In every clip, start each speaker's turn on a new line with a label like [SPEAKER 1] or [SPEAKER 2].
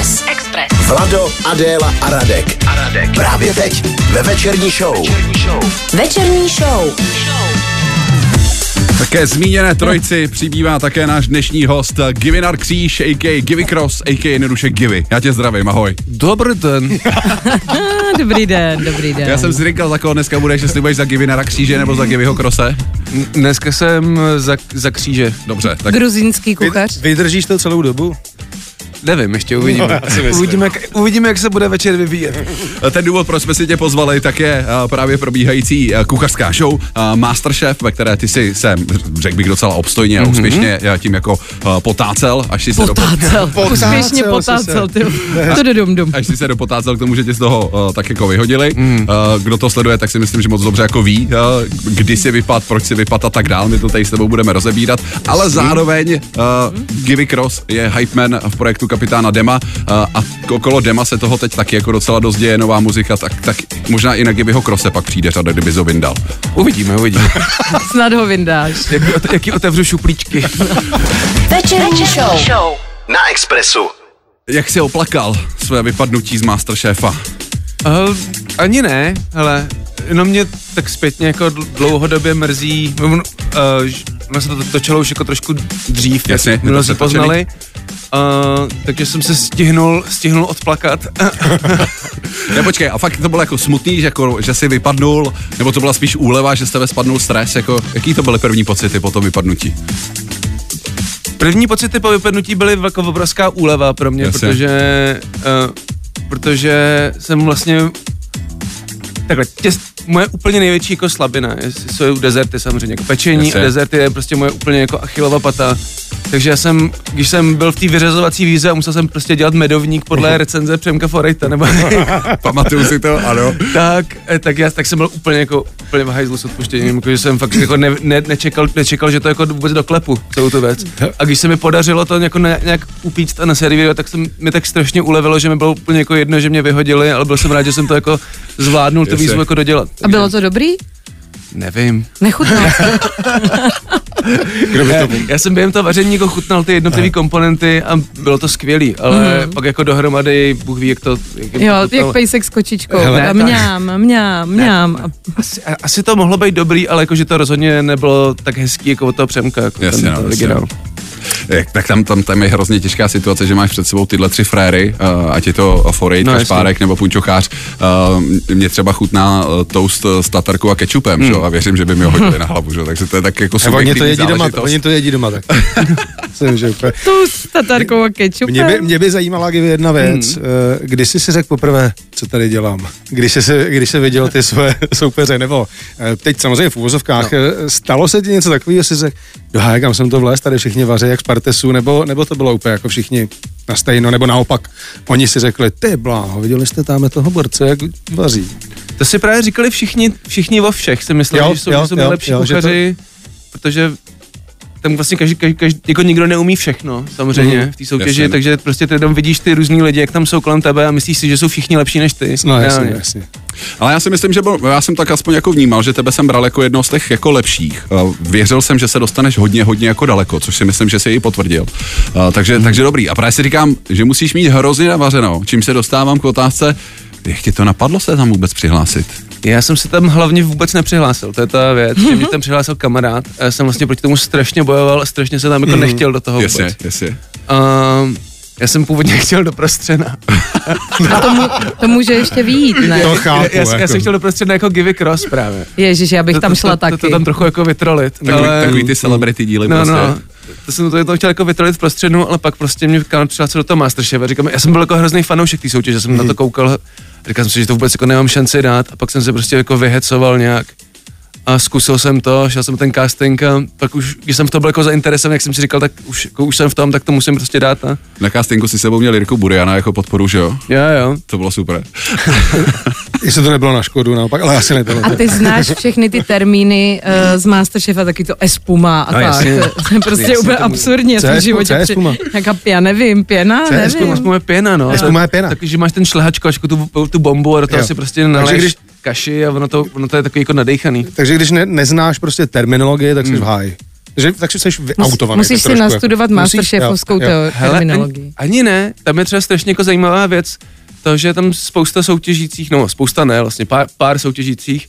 [SPEAKER 1] Express.
[SPEAKER 2] Vlado, Adéla a Radek. A Radek. Právě teď ve večerní show. Večerní show.
[SPEAKER 3] Večerní show.
[SPEAKER 4] Také zmíněné trojici přibývá také náš dnešní host Givinar Kříž, a.k. Givy Cross, a.k. jednoduše Givy. Já tě zdravím, ahoj.
[SPEAKER 5] Dobrý den.
[SPEAKER 6] Dobrý den, dobrý den.
[SPEAKER 4] Já jsem si říkal, za koho dneska budeš, jestli budeš za Givinara Kříže nebo za Givyho Krose.
[SPEAKER 5] Dneska jsem za, za kříže.
[SPEAKER 4] Dobře, tak
[SPEAKER 6] Gruzínský kuchař.
[SPEAKER 7] Vydržíš to celou dobu?
[SPEAKER 5] Nevím, ještě uvidíme. uvidíme, jak, uvidíme, jak se bude večer vyvíjet.
[SPEAKER 4] ten důvod, proč jsme si tě pozvali, tak je eh, právě probíhající eh, kuchařská show eh, Masterchef, ve které ty si se, řekl bych, docela obstojně a úspěšně eh, tím jako eh, potácel, až jsi se dopo-
[SPEAKER 6] Potácel. Úspěšně potácel. Ty. To do dum dum.
[SPEAKER 4] až jsi se dopotácel k tomu, že tě z toho uh, tak jako vyhodili. Mm. Uh, kdo to sleduje, tak si myslím, že moc dobře jako ví, uh, kdy si vypad, proč si vypad a tak dál. My to tady s tebou budeme rozebírat. Ale zároveň uh, Givy Cross je hype man v projektu kapitána Dema uh, a k- okolo Dema se toho teď taky jako docela dost děje nová muzika, tak, tak možná i na Givyho Crosse pak přijde řada, kdyby to vyndal.
[SPEAKER 5] Uvidíme, uvidíme.
[SPEAKER 6] Snad ho vyndáš.
[SPEAKER 5] Jak, jaký otevřu šuplíčky.
[SPEAKER 3] Večerní show.
[SPEAKER 1] Show.
[SPEAKER 2] Na Expressu.
[SPEAKER 4] Jak si oplakal své vypadnutí z Masterchefa?
[SPEAKER 5] Uh, ani ne, ale no mě tak zpětně jako dl- dlouhodobě mrzí, mm, eh, ž- ono se to točilo už jako trošku dřív, jak
[SPEAKER 4] Jasně, je to
[SPEAKER 5] mnozí
[SPEAKER 4] přetočený.
[SPEAKER 5] poznali, uh, takže jsem se stihnul, stihnul odplakat.
[SPEAKER 4] Ne, počkej, a fakt to bylo jako smutný, že, jako, že jsi vypadnul, nebo to byla spíš úleva, že z tebe spadnul stres, jako, jaký to byly první pocity po tom vypadnutí?
[SPEAKER 5] První pocity po vypadnutí byly jako obrovská úleva pro mě,
[SPEAKER 4] Jasně.
[SPEAKER 5] protože, uh, protože jsem vlastně takhle, těs, moje úplně největší jako slabina je- jsou dezerty samozřejmě, jako pečení
[SPEAKER 4] Jasně.
[SPEAKER 5] a dezerty je prostě moje úplně jako achilova pata. Takže já jsem, když jsem byl v té vyřazovací víze a musel jsem prostě dělat medovník
[SPEAKER 4] Mhm.
[SPEAKER 5] podle recenze Přemka Forejta, nebo
[SPEAKER 4] Pamatuju si to, ano.
[SPEAKER 5] tak, eh, tak já tak jsem byl úplně jako úplně v hajzlu s odpuštěním, jako, že jsem fakt jako ne, ne, nečekal, nečekal, že to jako vůbec do klepu, celou tu věc. A když se mi podařilo to jako ne, nějak upíct a naservírovat, tak jsem, mi tak strašně ulevilo, že mi bylo úplně jako jedno, že mě vyhodili, ale byl jsem rád, že jsem to jako zvládnul tu
[SPEAKER 4] Jasně.
[SPEAKER 5] výzvu jako dodělat.
[SPEAKER 6] A bylo to dobrý?
[SPEAKER 5] Nevím.
[SPEAKER 6] Nechutná.
[SPEAKER 7] Kdo by to
[SPEAKER 5] Já jsem během toho vaření jako chutnal ty jednotlivé komponenty a bylo to skvělý, ale pak jako dohromady, Bůh ví, jak to... Jak jim
[SPEAKER 6] Mhm. Jo,
[SPEAKER 5] to chutnalo.
[SPEAKER 6] jak pejsek s kočičkou.
[SPEAKER 5] Hele,
[SPEAKER 6] A
[SPEAKER 5] tak.
[SPEAKER 6] mňám, mňám, mňám. A-
[SPEAKER 5] asi, a- asi to mohlo být dobrý, ale jakože to rozhodně nebylo tak hezký jako od toho Přemka, jako
[SPEAKER 4] Jasně,
[SPEAKER 5] ten,
[SPEAKER 4] no,
[SPEAKER 5] ten
[SPEAKER 4] jasně.
[SPEAKER 5] originál.
[SPEAKER 4] Jak, tak tam, tam, tam je hrozně těžká situace, že máš před sebou tyhle tři fréry, uh, ať je to Forejt,
[SPEAKER 5] No,
[SPEAKER 4] no,
[SPEAKER 5] jasně.
[SPEAKER 4] Kašpárek nebo Punčochář. Uh, mě třeba chutná eh, toast s tatarkou a kečupem, že? jo, a věřím, že by mi ho hodili na hlavu, že? jo, takže to je tak jako
[SPEAKER 7] Nebo oni to
[SPEAKER 4] subjektivní
[SPEAKER 7] jedí doma,
[SPEAKER 4] záležitost.
[SPEAKER 7] oni to jedí doma tak. Myslím, že úplně.
[SPEAKER 6] Tu s tatarkou a kečupem.
[SPEAKER 7] Mě by, mě by zajímala kdyby jedna věc. Hmm. Kdy jsi si řekl poprvé, co tady dělám? Když jsi, se- když jsi viděl ty své soupeře, nebo eh, teď samozřejmě v úvozovkách, no. stalo se ti něco takového, jsi řekl, jo, hej, kam jsem to vlez, tady všichni vaří jak z Partesu, nebo, nebo to bylo úplně jako všichni na stejno, nebo naopak. Oni si řekli, ty bláho, viděli jste tam toho borce, jak vaří.
[SPEAKER 5] To si právě říkali všichni, všichni o všech, si mysleli,
[SPEAKER 7] Jo,
[SPEAKER 5] že jsou,
[SPEAKER 7] jo,
[SPEAKER 5] že jsou
[SPEAKER 7] jo,
[SPEAKER 5] nejlepší
[SPEAKER 7] jo, že to-
[SPEAKER 5] kuchaři, protože tam vlastně každý, každý, každý, jako nikdo neumí všechno, samozřejmě,
[SPEAKER 7] Mhm.
[SPEAKER 5] v té soutěži,
[SPEAKER 4] Jasně. no.
[SPEAKER 5] takže prostě ty tam vidíš ty různý lidi, jak tam jsou kolem tebe a myslíš si, že jsou všichni lepší než ty.
[SPEAKER 7] No jasně,
[SPEAKER 5] Reálně.
[SPEAKER 7] jasně.
[SPEAKER 4] Ale já si myslím, že byl, já jsem tak aspoň jako vnímal, že tebe jsem bral jako jedno z těch jako lepších. Eh, Věřil jsem, že se dostaneš hodně, hodně jako daleko, což si myslím, že si i potvrdil. Eh, Takže,
[SPEAKER 5] Hmm.
[SPEAKER 4] mm. takže dobrý. A právě si říkám, že musíš mít hrozně navařeno, čím se dostávám k otázce, jak ti to napadlo se tam vůbec přihlásit?
[SPEAKER 5] Já jsem se tam hlavně vůbec nepřihlásil, to je ta věc, že mě tam přihlásil kamarád, a já jsem vlastně proti tomu strašně bojoval a strašně se tam jako nechtěl do toho vůbec.
[SPEAKER 4] Mhm. Jasně, jasně.
[SPEAKER 5] Um, já jsem původně chtěl do prostřena.
[SPEAKER 6] A to, mu, to může ještě výjít, ne?
[SPEAKER 7] To chápu.
[SPEAKER 5] já, já, já
[SPEAKER 7] jako.
[SPEAKER 5] jsem chtěl do prostřena jako Givy Cross právě.
[SPEAKER 6] Ježíš, já bych tam šla
[SPEAKER 5] to, to,
[SPEAKER 6] taky.
[SPEAKER 5] to, to tam trochu jako vytrolit.
[SPEAKER 4] Takový, ale... takový ty celebrity díly
[SPEAKER 5] no,
[SPEAKER 4] prostě.
[SPEAKER 5] no, to jsem to jednou chtěl jako vytrolit v prostřednu, ale pak prostě mě kam přihlásil do toho Masterchefa. Říkám, já jsem byl jako hrozný fanoušek té soutěže, jsem na to koukal. Říkal jsem si, že to vůbec jako nemám šanci dát a pak jsem se prostě jako vyhecoval nějak. A zkusil jsem to, šel jsem na ten casting a pak už, když jsem v tom byl jako zainteresovaný, jak jsem si říkal, tak už, jako už jsem v tom, tak to musím prostě dát. A...
[SPEAKER 4] Na castingu si s sebou měl Jirku Buriana jako podporu, že jo?
[SPEAKER 5] Jo, jo.
[SPEAKER 4] To bylo super.
[SPEAKER 7] Jestli to nebylo na škodu, naopak, ale asi nebylo.
[SPEAKER 6] A ty znáš všechny ty termíny uh, z Masterchefa, taky to espuma a
[SPEAKER 5] No,
[SPEAKER 6] tak.
[SPEAKER 5] jasně.
[SPEAKER 6] To je prostě úplně absurdní. Já
[SPEAKER 7] Co
[SPEAKER 6] jsem
[SPEAKER 7] je
[SPEAKER 6] v životě
[SPEAKER 7] espuma? Co je
[SPEAKER 6] při-
[SPEAKER 7] espuma?
[SPEAKER 6] Jaká pěna, nevím, pěna,
[SPEAKER 7] Co je
[SPEAKER 6] nevím.
[SPEAKER 7] espuma?
[SPEAKER 5] Aspoň moje pěna, no.
[SPEAKER 7] Aspoň moje pěna.
[SPEAKER 5] Takže máš ten šlehačkovačku, tu, tu bombu a do toho
[SPEAKER 7] Jo.
[SPEAKER 5] si prostě
[SPEAKER 7] Takže
[SPEAKER 5] naleješ když...
[SPEAKER 7] když-
[SPEAKER 5] kaši a ono to, ono to je takový jako nadechaný. Hmm.
[SPEAKER 7] Takže když ne, neznáš prostě terminologii, tak jsi v háji. že, takže jsi
[SPEAKER 6] Mus,
[SPEAKER 7] vyautovaný.
[SPEAKER 6] musíš si
[SPEAKER 7] trošku, jako.
[SPEAKER 6] nastudovat
[SPEAKER 7] Musíš?
[SPEAKER 6] masterchefovskou
[SPEAKER 7] Jo, jo.
[SPEAKER 6] teo-
[SPEAKER 5] ani,
[SPEAKER 6] terminologii.
[SPEAKER 5] ani ne, tam je třeba strašně jako zajímavá věc, to, že tam spousta soutěžících, no spousta ne, vlastně pár, pár soutěžících,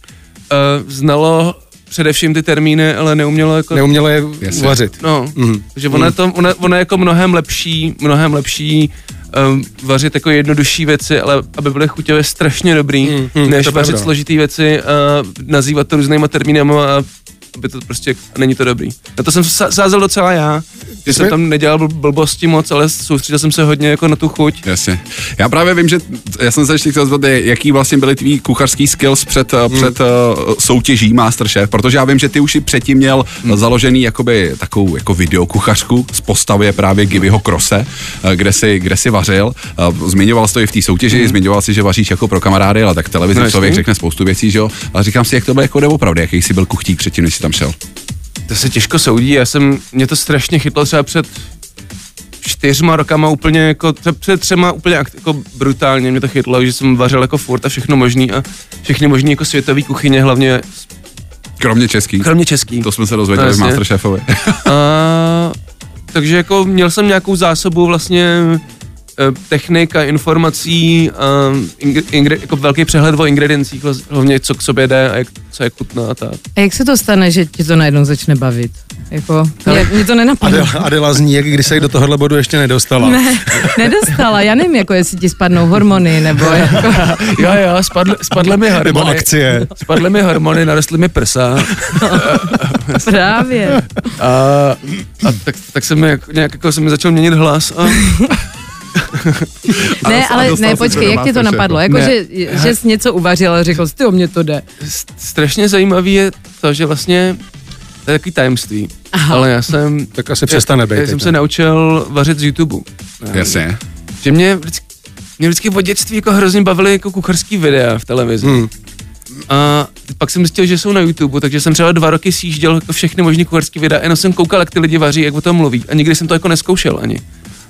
[SPEAKER 5] uh, znalo především ty termíny, ale neumělo jako...
[SPEAKER 7] Neuměla je
[SPEAKER 4] Jasně.
[SPEAKER 7] uvařit.
[SPEAKER 5] No,
[SPEAKER 7] Mhm.
[SPEAKER 5] mm. že ona, mm. to, ona, ona je jako mnohem lepší, mnohem lepší um, vařit jako jednodušší věci, ale aby byly chuťově strašně dobrý,
[SPEAKER 7] Mm,
[SPEAKER 5] mm.
[SPEAKER 7] mm,
[SPEAKER 5] než
[SPEAKER 7] to je
[SPEAKER 5] vařit
[SPEAKER 7] pravda.
[SPEAKER 5] složitý věci a nazývat to různýma termínama a aby to prostě, není to dobrý. Na to jsem sa- sázel docela já, že jsem
[SPEAKER 7] jsme-
[SPEAKER 5] tam nedělal bl- blbosti moc, ale soustředil jsem se hodně jako na tu chuť.
[SPEAKER 4] Jasně. Já právě vím, že já jsem se ještě chtěl zeptat, jaký vlastně byly tvý kuchařský skills před, hmm. před uh, soutěží Masterchef, protože já vím, že ty už i předtím měl hmm. založený jakoby takovou jako videokuchařku z postavy právě Givyho
[SPEAKER 5] Hmm.
[SPEAKER 4] Krose, eh, kde si, kde si vařil. Eh, Zmiňoval jsi to i v té soutěži, hmm. zmiňoval si, že vaříš jako pro kamarády, ale tak televizi
[SPEAKER 5] No,
[SPEAKER 4] no,
[SPEAKER 5] jasně.
[SPEAKER 4] člověk řekne spoustu věcí, že jo. Ale říkám si, jak to bylo jako doopravdy, jaký jsi byl kuchtík předtím, než jsi tam šel.
[SPEAKER 5] To se těžko soudí, já jsem, mě to strašně chytlo třeba před čtyřma rokama úplně jako, tře- před třema úplně akt- jako brutálně mě to chytlo, že jsem vařil jako furt a všechno možný a všechny možný jako světové kuchyně, hlavně
[SPEAKER 4] Kromě český.
[SPEAKER 5] kromě český.
[SPEAKER 4] To jsme se
[SPEAKER 5] No,
[SPEAKER 4] dozvěděli z
[SPEAKER 5] jasně.
[SPEAKER 4] Masterchefovi.
[SPEAKER 5] A, takže jako měl jsem nějakou zásobu vlastně eh, technik a informací a ingre, ingre, jako velký přehled o ingrediencích, vlast- hlavně co k sobě jde a jak, co je chutná a tak.
[SPEAKER 6] A jak se to stane, že ti to najednou začne bavit? Jako, mě, mě to nenapadlo.
[SPEAKER 7] Adela, Adela zní, jak když se do tohohle bodu ještě nedostala.
[SPEAKER 6] Ne, nedostala. Já nevím, jako jestli ti spadnou hormony, nebo jako...
[SPEAKER 5] Jo, jo, spadly, spadly mi
[SPEAKER 7] Nebo
[SPEAKER 5] hormony.
[SPEAKER 7] akcie.
[SPEAKER 5] Spadly mi hormony, narostly mi prsa.
[SPEAKER 6] Právě.
[SPEAKER 5] A, a tak, tak jsem jak, nějak jako jsem začal měnit hlas a
[SPEAKER 6] Ne,
[SPEAKER 4] a dostal
[SPEAKER 6] ale ne,
[SPEAKER 4] jsi se do
[SPEAKER 6] počkej, jak ti to
[SPEAKER 4] Masterchefu.
[SPEAKER 6] napadlo? Jako,
[SPEAKER 5] Ne.
[SPEAKER 6] že, že jsi něco uvařil a řekl jsi, ty o mě to jde.
[SPEAKER 5] s- strašně zajímavý je to, že vlastně to je takový tajemství. Aha. Ale já jsem...
[SPEAKER 7] Tak asi přestane být. jako.
[SPEAKER 5] Já, já jsem
[SPEAKER 7] teď,
[SPEAKER 5] se
[SPEAKER 7] ne?
[SPEAKER 5] naučil vařit z YouTube.
[SPEAKER 4] Jasně.
[SPEAKER 5] Že mě vždycky, mě vždycky od dětství jako hrozně bavily jako kucharský videa v televizi.
[SPEAKER 7] Hmm.
[SPEAKER 5] A pak jsem zjistil, že jsou na YouTube, takže jsem třeba dva roky sjížděl jako všechny možné kuchařské videa, jenom jsem koukal, jak ty lidi vaří, jak o tom mluví. A nikdy jsem to jako neskoušel ani.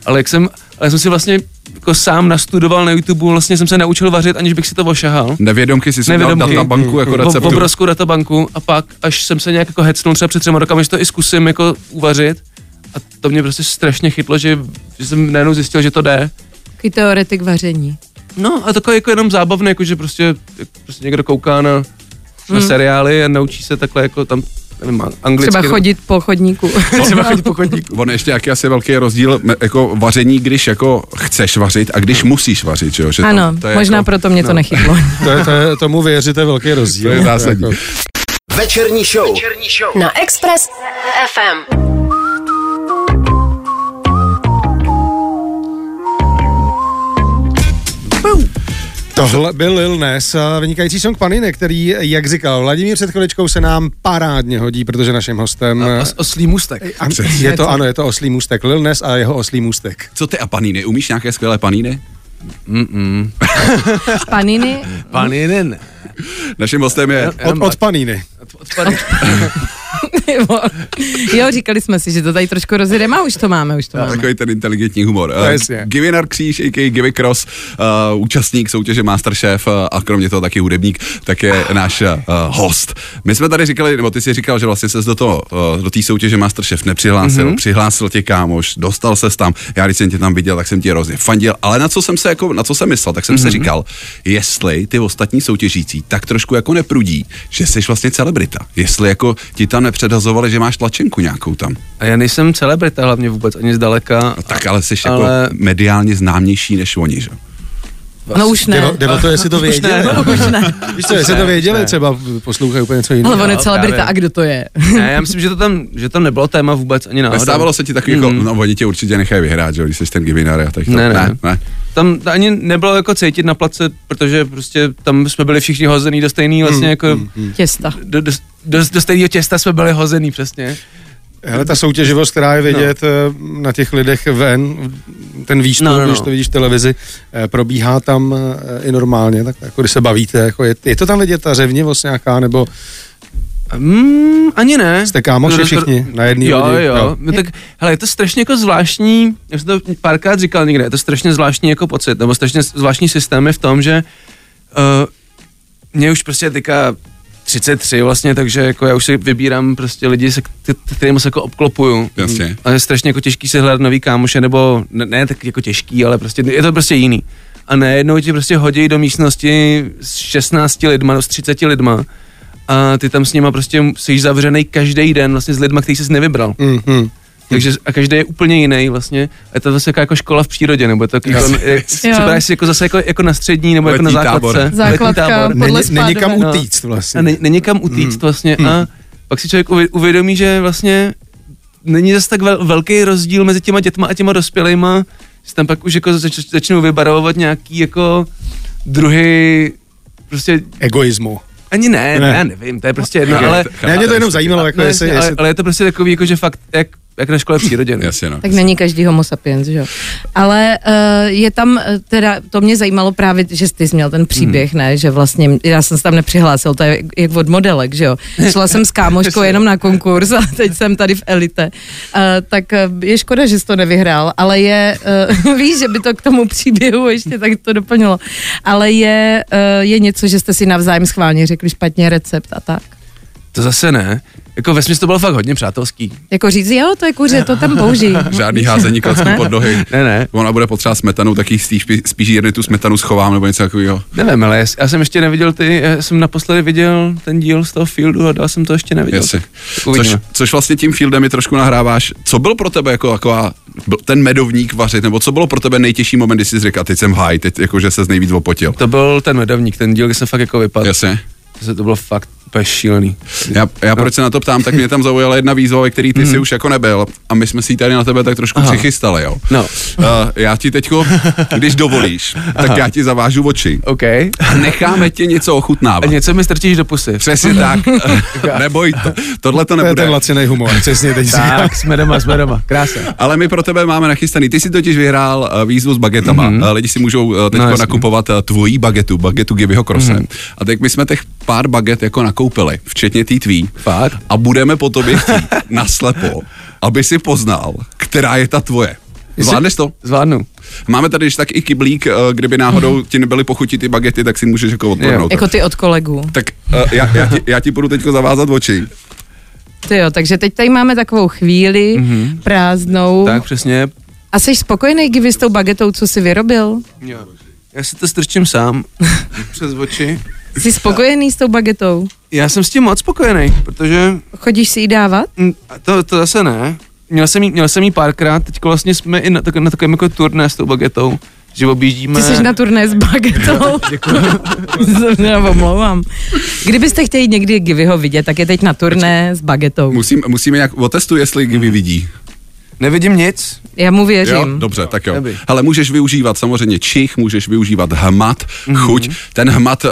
[SPEAKER 5] Ale jak jsem, ale jsem si vlastně jako sám nastudoval na YouTube, vlastně jsem se naučil vařit, aniž bych si to ošahal.
[SPEAKER 4] Nevědomky si si dal
[SPEAKER 5] Nevědomky. Hmm.
[SPEAKER 4] databanku jako
[SPEAKER 5] V
[SPEAKER 4] receptu.
[SPEAKER 5] obrovskou databanku a pak, až jsem se nějak jako hecnul třeba před třema rokama, že to i zkusím jako uvařit. A to mě prostě strašně chytlo, že, že jsem najednou zjistil, že to jde.
[SPEAKER 6] Takový teoretik vaření.
[SPEAKER 5] No a takový jako jenom zábavný, jako že prostě, jak prostě někdo kouká na, na
[SPEAKER 6] Hmm.
[SPEAKER 5] seriály a naučí se takhle jako tam, nevím, anglicky.
[SPEAKER 6] Třeba chodit po chodníku.
[SPEAKER 5] Třeba chodit po chodníku.
[SPEAKER 4] On ještě jaký asi velký rozdíl me- jako vaření, když jako chceš vařit a když musíš vařit, že jo? Že to-
[SPEAKER 6] Ano,
[SPEAKER 4] to je
[SPEAKER 6] možná
[SPEAKER 4] jako,
[SPEAKER 6] proto mě to no. nechytlo.
[SPEAKER 7] To, je- to, je- tomu věříte velký rozdíl.
[SPEAKER 4] To je zásadní.
[SPEAKER 7] Jako-
[SPEAKER 2] Večerní show.
[SPEAKER 3] Na Express FM.
[SPEAKER 7] Tohle byl Lil Nes a vynikající song Panine, který, jak říkal Vladimír před chviličkou, se nám parádně hodí, protože naším hostem...
[SPEAKER 5] A, os- oslý můstek.
[SPEAKER 7] A, je to, ano, je to oslý můstek. Lil Nes a jeho oslý můstek.
[SPEAKER 4] Co ty a paníny? Umíš nějaké skvělé paníny?
[SPEAKER 6] Paniny,
[SPEAKER 5] Pan jeden.
[SPEAKER 4] Naším hostem je...
[SPEAKER 7] Od, od Paniny.
[SPEAKER 6] nebo... Jo, říkali jsme si, že to tady trošku rozjedeme a už to máme, už to máme.
[SPEAKER 4] Takový ten inteligentní humor.
[SPEAKER 7] jasně.
[SPEAKER 4] Givinar Kříž, a.k.a. Givy Cross, uh, účastník soutěže Masterchef uh, a kromě toho taky hudebník, tak je náš uh, host. My jsme tady říkali, nebo ty jsi říkal, že vlastně ses do toho, uh, do té soutěže Masterchef nepřihlásil,
[SPEAKER 6] Mhm.
[SPEAKER 4] mm-hmm. přihlásil tě kámoš, dostal ses tam, já když jsem tě tam viděl, tak jsem tě hrozně fandil, ale na co jsem se jako, na co jsem myslel, tak jsem
[SPEAKER 6] Mhm.
[SPEAKER 4] mm-hmm. se říkal, jestli ty ostatní soutěžící tak trošku jako neprudí, že jsi vlastně celebrita, jestli jako ti tam nepředhazovali, že máš tlačenku nějakou tam.
[SPEAKER 5] A já nejsem celebrita hlavně vůbec, ani zdaleka.
[SPEAKER 4] No tak ale jsi
[SPEAKER 5] Ale-
[SPEAKER 4] jako mediálně známější než oni, že?
[SPEAKER 6] No už
[SPEAKER 7] Devo,
[SPEAKER 6] ne.
[SPEAKER 7] debatuje, jestli to věděli.
[SPEAKER 5] ne.
[SPEAKER 6] Už ne.
[SPEAKER 7] Víš co, jestli
[SPEAKER 5] Ne,
[SPEAKER 7] to
[SPEAKER 5] ne.
[SPEAKER 7] věděli, třeba poslouchají úplně něco jiného.
[SPEAKER 6] Ale on je
[SPEAKER 5] Jo,
[SPEAKER 6] celebrita,
[SPEAKER 5] právě.
[SPEAKER 6] a kdo to je?
[SPEAKER 5] Ne, já myslím, že to tam, že tam nebylo téma vůbec ani náhodou.
[SPEAKER 4] Nestávalo se ti takový, jako, no oni tě určitě nechají vyhrát, že jo, když jsi ten givinar a tak to.
[SPEAKER 5] mm-hmm. Ne, ne.
[SPEAKER 4] ne, ne.
[SPEAKER 5] Tam to ani nebylo jako cítit na place, protože prostě tam jsme byli všichni hozený do stejný vlastně jako...
[SPEAKER 6] Mm-hmm. Těsta.
[SPEAKER 5] Do, do, do, do stejného těsta jsme byli hozený přesně.
[SPEAKER 7] Hele, ta soutěživost, která je vidět no. na těch lidech ven, ten výstup,
[SPEAKER 5] No, no,
[SPEAKER 7] no, no,
[SPEAKER 5] no.
[SPEAKER 7] když to vidíš v televizi, eh, probíhá tam eh, i normálně, tak jako když se bavíte, jako je, je to tam vidět ta řevnivost nějaká, nebo
[SPEAKER 5] Mm, ani ne.
[SPEAKER 7] jste kámoši
[SPEAKER 5] Roz-
[SPEAKER 7] všichni na jedný
[SPEAKER 5] Jo,
[SPEAKER 7] lodi?
[SPEAKER 5] jo. jo. No, tak, hele, je to strašně jako zvláštní, já jsem to párkrát říkal někde, je to strašně zvláštní jako pocit, nebo strašně zvláštní systém je v tom, že uh, mě už eh, prostě teďka 33 vlastně, takže jako já už si vybírám prostě lidi, se k- kterým se jako obklopuju.
[SPEAKER 4] Jasně.
[SPEAKER 5] A je strašně jako těžký se hledat nový kámoše, nebo ne, ne tak jako těžký, ale prostě je to prostě jiný. A najednou ti prostě hodí do místnosti s 16 lidma, no s 30 lidma a ty tam s nima prostě jsi zavřený každý den vlastně s lidma, který jsi nevybral.
[SPEAKER 7] Mm-hmm.
[SPEAKER 5] Takže a každý je úplně jiný vlastně. A je to zase jako škola v přírodě, nebo je to jako,
[SPEAKER 4] Jasně.
[SPEAKER 5] je- připadáš si jako zase jako, jako na střední, nebo jako na
[SPEAKER 4] Letní
[SPEAKER 5] základce.
[SPEAKER 4] tábor.
[SPEAKER 5] Letní
[SPEAKER 6] Základka,
[SPEAKER 5] tábor.
[SPEAKER 6] Podle
[SPEAKER 7] Není, není kam
[SPEAKER 5] spádové.
[SPEAKER 7] utíct vlastně.
[SPEAKER 5] A ne, není kam utíct vlastně
[SPEAKER 7] Mhm.
[SPEAKER 5] a pak si člověk uvě- uvědomí, že vlastně není zase tak vel, velký rozdíl mezi těma dětma a těma dospělejma, že tam pak už jako zač, začnou vybarovat nějaký jako druhy prostě
[SPEAKER 7] Egoismu.
[SPEAKER 5] ani ne, ne,
[SPEAKER 7] Ne.
[SPEAKER 5] já nevím, to je prostě jedno,
[SPEAKER 4] Ne,
[SPEAKER 5] ale,
[SPEAKER 4] to-
[SPEAKER 7] Ne, mě to jenom zajímalo, jako
[SPEAKER 5] ne,
[SPEAKER 7] jestli,
[SPEAKER 5] ale,
[SPEAKER 7] jestli
[SPEAKER 5] ale je to prostě takový jako, že fakt jak, jak na škole v přírodě. no.
[SPEAKER 4] Jasně, no.
[SPEAKER 6] Tak není každý homo sapiens, že jo. Ale eh, je tam, eh, teda, to mě zajímalo právě, že jsi měl ten příběh, ne, že vlastně, já jsem se tam nepřihlásil, to je jak- jak od modelek, že jo. Šla jsem s kámoškou jenom na konkurs a teď jsem tady v elite. Eh, tak eh, je škoda, že jsi to nevyhrál, ale je, eh, víš, že by to k tomu příběhu ještě tak to doplnilo, ale je, eh, je něco, že jste si navzájem schválně řekli špatně recept a tak.
[SPEAKER 5] To zase ne. Jako ve smyslu to bylo fakt hodně přátelský.
[SPEAKER 6] Jako říct, jo, to je kuře, to tam použij.
[SPEAKER 4] Žádný házení klacků pod nohy.
[SPEAKER 5] Ne, ne.
[SPEAKER 4] Ona bude potřebovat smetanu, tak jí spíš, spíš jedny tu smetanu schovám nebo něco takového.
[SPEAKER 5] Nevím, ale jas- já jsem ještě neviděl ty, já jsem naposledy viděl ten díl z toho Fieldu a dál jsem to ještě neviděl.
[SPEAKER 4] Jasně.
[SPEAKER 5] Tak
[SPEAKER 4] Což,
[SPEAKER 5] uvidíme.
[SPEAKER 4] což vlastně tím fieldem mi trošku nahráváš. Co byl pro tebe jako taková, byl ten medovník vařit, nebo co bylo pro tebe nejtěžší moment, když jsi říkal, teď jsem high, teď jakože se nejvíc opotil.
[SPEAKER 5] To byl ten medovník, ten díl, kde jsem fakt jako vypadl.
[SPEAKER 4] Jasně.
[SPEAKER 5] Yes. To bylo fakt úplně šílený.
[SPEAKER 4] Já, já proč se na to ptám, tak mě tam zaujala jedna výzva, ve který ty si už jako nebyl a my jsme si ji tady na tebe tak trošku
[SPEAKER 5] Aha.
[SPEAKER 4] přichystali, jo.
[SPEAKER 5] No.
[SPEAKER 4] Uh, já ti teďko, když dovolíš, tak já ti zavážu oči
[SPEAKER 5] OK.
[SPEAKER 4] a necháme tě něco
[SPEAKER 5] A
[SPEAKER 4] ochutnávat.
[SPEAKER 5] něco mi strčíš do pusy.
[SPEAKER 4] Přesně tak. Neboj to. Tohle to
[SPEAKER 7] to je ten
[SPEAKER 4] nebude.
[SPEAKER 7] lacinej humor, přesně teď říkám.
[SPEAKER 5] Tak, jsme doma, jsme doma. Krása.
[SPEAKER 4] Ale my pro tebe máme nachystaný. Ty jsi totiž vyhrál eh, výzvu s bagetama. Mm-hmm. Lidi si můžou teď
[SPEAKER 5] Mhm. No,
[SPEAKER 4] no,
[SPEAKER 5] jasně. Mhm.
[SPEAKER 4] nakupovat eh, tvojí bagetu, bagetu Gibiho Krose. Mm-hmm. A tak my jsme těch pár baget jako nakoupili, včetně tý tvý.
[SPEAKER 5] Fakt?
[SPEAKER 4] A budeme po tobě chtít naslepo, aby si poznal, která je ta tvoje. Zvládneš to?
[SPEAKER 5] Zvládnu.
[SPEAKER 4] Máme tady když tak i kyblík, eh, kdyby
[SPEAKER 5] Mhm.
[SPEAKER 4] náhodou ti nebyly pochutí ty bagety, tak si můžeš jako odpornout.
[SPEAKER 6] Jako ty od kolegů.
[SPEAKER 4] Tak eh, já, já, ti, já ti budu teď zavázat oči.
[SPEAKER 6] Ty jo, takže teď tady máme takovou chvíli
[SPEAKER 4] Mhm.
[SPEAKER 6] mm-hmm. prázdnou.
[SPEAKER 5] Tak přesně.
[SPEAKER 6] A jsi spokojený, Givy, s tou bagetou, co jsi vyrobil?
[SPEAKER 5] Jo. Já si to strčím sám přes oči.
[SPEAKER 6] Jsi spokojený s tou bagetou?
[SPEAKER 5] Já jsem s tím moc spokojený, protože
[SPEAKER 6] Chodíš si ji dávat?
[SPEAKER 5] Mm, a To, to zase ne. Měl jsem jí, měl jsem jí párkrát, teď vlastně jsme i na, tak, na takovém jako turné s tou bagetou, že objíždíme.
[SPEAKER 6] Ty jsi na turné s bagetou. Děkuji. Já omlouvám. Kdybyste chtěli někdy Givyho vidět, tak je teď na turné s bagetou.
[SPEAKER 4] Musím, musíme nějak otestu, jestli Gibi vidí.
[SPEAKER 5] Nevidím nic.
[SPEAKER 6] Já mu
[SPEAKER 4] Jo,
[SPEAKER 6] věřím.
[SPEAKER 4] dobře, tak jo.
[SPEAKER 5] Dobrý.
[SPEAKER 4] Ale můžeš využívat samozřejmě čich, můžeš využívat hmat,
[SPEAKER 7] Mhm.
[SPEAKER 4] chuť. Ten hmat, uh,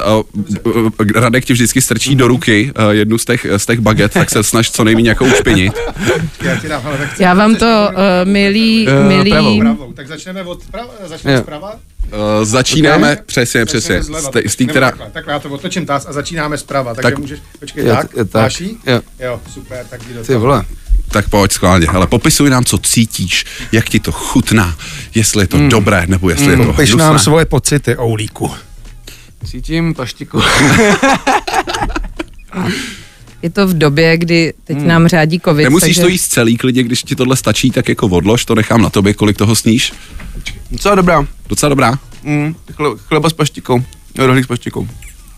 [SPEAKER 4] uh, Radek ti vždycky strčí
[SPEAKER 7] Mhm.
[SPEAKER 4] do ruky uh, jednu z těch, z těch baget, tak se snaž co nejméně jako ušpinit.
[SPEAKER 7] Já ti dám, hele, tak
[SPEAKER 6] Já vám to, uh, milí,
[SPEAKER 5] Eh,
[SPEAKER 6] milí,
[SPEAKER 5] pravou.
[SPEAKER 7] pravou. Tak začneme od prava, začneme
[SPEAKER 5] Jo.
[SPEAKER 7] zprava.
[SPEAKER 4] Uh, začínáme okay. přesně, přesně.
[SPEAKER 7] Začneme
[SPEAKER 4] Z
[SPEAKER 7] zleva,
[SPEAKER 4] té- Z té,
[SPEAKER 7] nebo
[SPEAKER 4] která...
[SPEAKER 7] takhle. Takhle já to otočím tás a začínáme zprava, takže
[SPEAKER 4] Tak.
[SPEAKER 7] můžeš, počkej,
[SPEAKER 5] Jo,
[SPEAKER 7] tak,
[SPEAKER 5] t- jo, tak.
[SPEAKER 7] další?
[SPEAKER 5] Jo.
[SPEAKER 7] jo, super, tak jdi do
[SPEAKER 5] Ty
[SPEAKER 7] toho.
[SPEAKER 5] vole.
[SPEAKER 4] Tak pojď skválně, ale popisuj nám, co cítíš, jak ti to chutná, jestli je to mm. dobré, nebo jestli mm. je to
[SPEAKER 7] Piš
[SPEAKER 4] hnusné.
[SPEAKER 7] Hmm. nám svoje pocity, Oulíku.
[SPEAKER 5] Cítím paštiku.
[SPEAKER 6] je to v době, kdy teď nám řádí covid.
[SPEAKER 4] Hmm. Nemusíš to jíst celý klidně, když ti tohle stačí, tak jako odlož, to nechám na tobě, kolik toho sníš.
[SPEAKER 5] Co dobrá.
[SPEAKER 4] Docela dobrá.
[SPEAKER 5] Mm, chle- chleba s paštikou. Jo, rohlík s paštikou.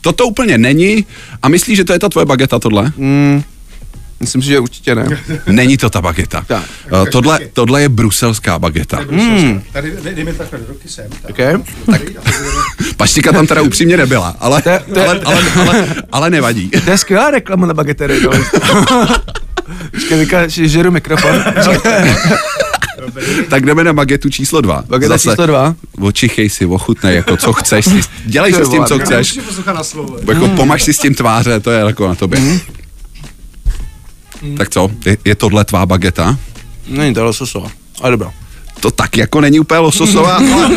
[SPEAKER 4] Toto úplně není a myslíš, že to je ta tvoje bageta tohle?
[SPEAKER 5] Mm, myslím si, že určitě ne.
[SPEAKER 4] Není to ta bageta.
[SPEAKER 5] Tak.
[SPEAKER 4] Eh, Tohle, tohle je bruselská bageta. Hmm.
[SPEAKER 7] Mm. Tady dej, dej mi takhle do ruky sem. Tak.
[SPEAKER 5] Okay.
[SPEAKER 7] Dobrý, a to budeme-
[SPEAKER 4] Paštika tam teda upřímně nebyla, ale,
[SPEAKER 5] to je-
[SPEAKER 4] ale, ale, ale, ale nevadí.
[SPEAKER 5] To je skvělá reklama na bagetery. No. Počkej, teďka ž- žeru mikrofon.
[SPEAKER 4] Tak jdeme na bagetu číslo dva.
[SPEAKER 5] Bageta číslo dva.
[SPEAKER 4] Očichej si, ochutnej, jako co chceš. Si, dělej si s tím, co
[SPEAKER 5] Ty
[SPEAKER 4] chceš.
[SPEAKER 7] Musíš poslouchat na slovo.
[SPEAKER 4] Jako pomaž si s tím tváře, to je jako na tobě. Tak co, je, je tohle tvá bageta?
[SPEAKER 5] Není to lososová. Ale dobrá.
[SPEAKER 4] To tak jako není úplně lososová, ale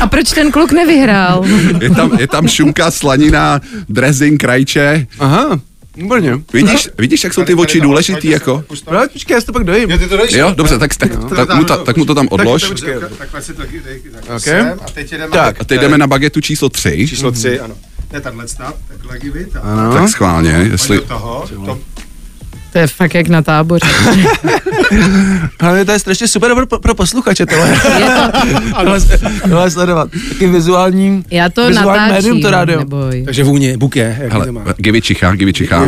[SPEAKER 6] A proč ten kluk nevyhrál?
[SPEAKER 4] je tam, je tam šunka, slanina, dressing, krajče.
[SPEAKER 5] Aha, výborně.
[SPEAKER 4] Vidíš, vidíš, jak jsou ty
[SPEAKER 7] Tady- tady
[SPEAKER 4] oči
[SPEAKER 7] to-
[SPEAKER 4] důležitý
[SPEAKER 7] pojďte
[SPEAKER 4] jako?
[SPEAKER 7] se, pusťte.
[SPEAKER 5] No, počkej, já si to pak dojím.
[SPEAKER 7] Jo, ty to dojdeš?
[SPEAKER 4] Jo, dobře, tak, tak, tak, mu, ta, tak mu to tam odlož.
[SPEAKER 5] počkej,
[SPEAKER 7] Takhle si to dej- dej- tak
[SPEAKER 5] Ok.
[SPEAKER 7] sem a teď jedeme
[SPEAKER 5] Tak.
[SPEAKER 4] A teď jdeme na bagetu číslo 3.
[SPEAKER 7] číslo 3, ano. To je tahle snad, takhle ji vytáhnu.
[SPEAKER 5] Ano.
[SPEAKER 4] No. Tak schválně, jestli...
[SPEAKER 7] Do toho, to,
[SPEAKER 6] To je fakt jak na táboře.
[SPEAKER 5] Hlavně to je strašně super pro, pro posluchače tohle. tohle, tohle sledovat. Taky vizuální,
[SPEAKER 6] Já to
[SPEAKER 5] vizuální médium
[SPEAKER 6] natáčím,
[SPEAKER 5] to rádio.
[SPEAKER 6] neboj.
[SPEAKER 7] takže vůně, buké, jak
[SPEAKER 4] Hele,
[SPEAKER 7] to má.
[SPEAKER 4] Givi Čichá, Givi Čichá.